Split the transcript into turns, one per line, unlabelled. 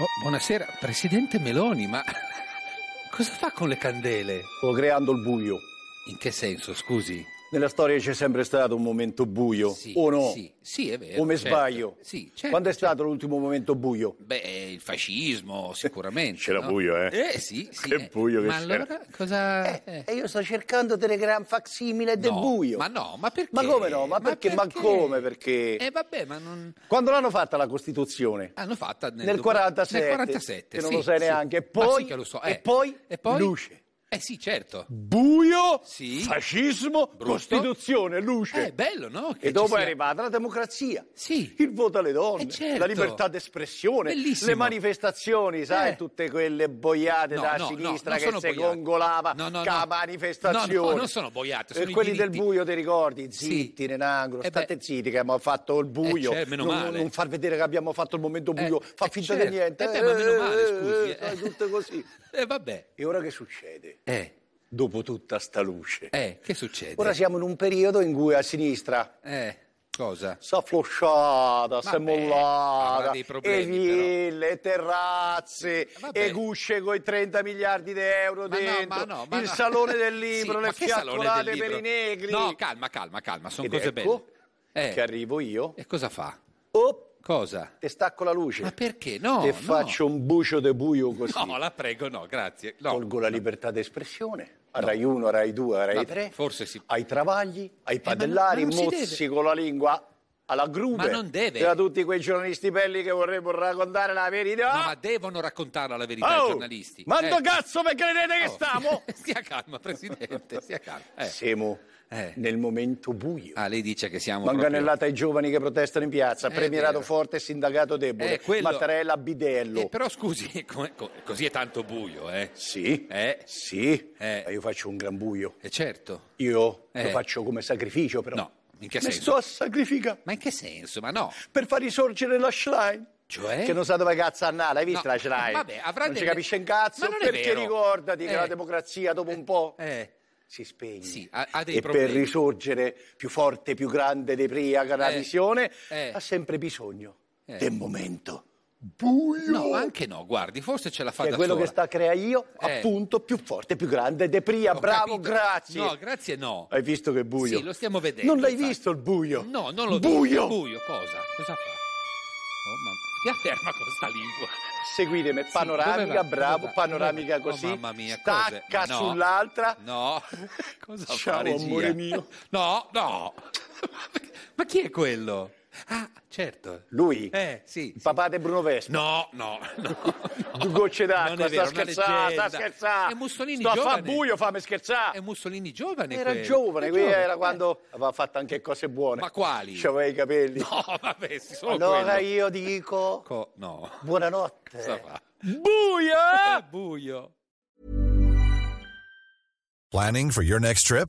Oh, buonasera, Presidente Meloni, ma cosa fa con le candele?
Sto creando il buio.
In che senso, scusi?
Nella storia c'è sempre stato un momento buio,
Sì,
o no?
Sì, sì, è vero.
o mi
certo.
sbaglio?
Sì, certo,
Quando è
certo.
stato l'ultimo momento buio?
Beh, il fascismo, sicuramente.
C'era
no?
buio, eh?
Eh, sì, sì.
Che
eh.
buio che
Ma
c'era.
allora cosa... eh.
E io sto cercando Telegram facsimile del
No,
buio.
Ma no, ma perché?
Ma come no? Ma perché? Ma come perché?
Eh, vabbè, ma non...
Quando l'hanno fatta la Costituzione?
L'hanno fatta nel,
Nel
docu-
47,
Nel 47,
che non
sì,
lo sai
sì.
neanche. E
Ma sì
poi-
che lo so,
e
eh.
poi luce.
Eh sì, certo.
Buio,
Sì.
fascismo, Costituzione, luce.
Eh, bello, no? Che
e
ci
dopo
sia-
è arrivata la democrazia.
Sì.
Il voto alle donne,
Eh, certo.
la libertà d'espressione,
Bellissimo.
le manifestazioni, sai,
Eh.
tutte quelle boiate
No,
da
no,
sinistra
no, non
che
sono
si
boiate.
gongolava
No, no,
ca
no.
manifestazione.
No, no, non sono boiate, sono
e
i
quelli
diritti.
del buio ti ricordi? Zitti,
Sì.
Nenangro,
Eh beh.
state zitti che abbiamo fatto il buio.
Eh, cioè, meno
non,
male.
non far vedere che abbiamo fatto il momento buio,
Eh,
fa
eh,
finta
certo.
di niente.
Eh, beh, ma meno male, scusi,
eh,
eh.
fai tutto così.
Eh, vabbè.
E ora che succede?
Eh,
Dopo tutta sta luce.
eh, che succede?
Ora siamo in un periodo in cui a sinistra
Eh, cosa?
Sta flosciata, sta
Vabbè, avrà
mollata,
dei
e
problemi, Eh,
ville, e terrazze,
Vabbè.
e gusce con i 30 miliardi di euro
Ma no,
dentro,
ma no, ma
il
no.
salone del libro,
Sì,
le
ma che salone del
fiaccolate per
libro?
i negri.
No, calma, calma, calma, sono
Ed
cose
ecco
belle. Eh,
Che arrivo io,
e cosa fa?
oh,
Cosa?
te stacco la luce,
Ma perché? No,
te
no.
faccio un bucio de buio così,
No, la prego, no, grazie. No.
tolgo la libertà d'espressione. A Rai 1, a Rai 2, a Rai
Vabbè,
3,
forse si- Eh,
ai travagli, ai
ma no-
padellari,
ma non si
mozzi
deve.
con la lingua alla Gruber.
Ma non deve.
E a tutti quei giornalisti belli che vorrebbero raccontare la verità.
No, ma devono raccontarla la verità ai giornalisti.
Oh, Mando
Eh.
cazzo perché credete che
Oh.
stiamo?
stia calma, Presidente, stia calma. Eh.
Siamo
Eh.
nel momento buio.
Ah, lei dice che siamo
Manganellata ai giovani che protestano in piazza,
Eh,
premierato
vero.
forte e sindacato
proprio...
debole,
Eh, quello-
Mattarella bidello.
Eh, però scusi, come- co- così è tanto buio, eh?
Sì,
Eh.
sì,
Eh.
ma io faccio un gran buio.
Eh, certo.
Io lo
Eh.
faccio come sacrificio però.
No, in che
Mi
senso?
sto a sacrificare
Ma in che senso? Ma no.
per far risorgere la Schlein.
Cioè?
Che non sa dove cazzo andare, hai visto
No,
la Schlein?
vabbè, avrà
non ci
delle-
capisce un cazzo
Ma non è
perché
vero.
ricordati che
Eh.
la democrazia dopo un po'...
Eh.
si spegne.
Sì, ha- ha dei
e
problemi.
per risorgere più forte, più grande di Priaca la
Eh,
visione,
eh.
ha sempre bisogno
Eh.
del momento buio.
No, anche no, guardi, forse ce la fa
che è
da
quello
sola.
che sta a creare io,
Eh.
appunto, più forte, più grande De Pria.
Ho
Bravo,
capito.
grazie.
No, grazie no.
Hai visto che buio?
Sì, lo stiamo vedendo.
Non l'hai
infatti.
visto il buio?
No, non lo
buio.
vedo. Buio, cosa? Cosa fa? Oh, mamma. Ti afferma con sta lingua.
Seguitemi,
Sì, dove
panoramica,
va?
bravo,
Dove va?
panoramica
Dove va?
così.
Oh, mamma mia, cose.
stacca
No.
sull'altra.
No. Cosa fa,
Ciao,
regia?
amore mio.
No, no. Ma chi è quello? Ah, certo.
Lui,
Eh, sì.
il
sì.
papà di Bruno Vespa.
No, no, no.
Due gocce
Non
d'acqua,
è vero,
sta
è una
scherzando, sta
leggenda.
scherzando.
È Mussolini
sto a fa
giovane.
buio, fammi scherzare.
È Mussolini giovane
Era
quello.
giovane,
È
qui
giovane,
era
eh.
quando aveva fatto anche cose buone.
Ma quali?
C'aveva i capelli.
No, vabbè, sì, solo
Cioè, allora
quello.
io Eh. dico
Co- no.
buonanotte.
Cosa fa?
Buio! eh?
È buio.
Planning for your next trip?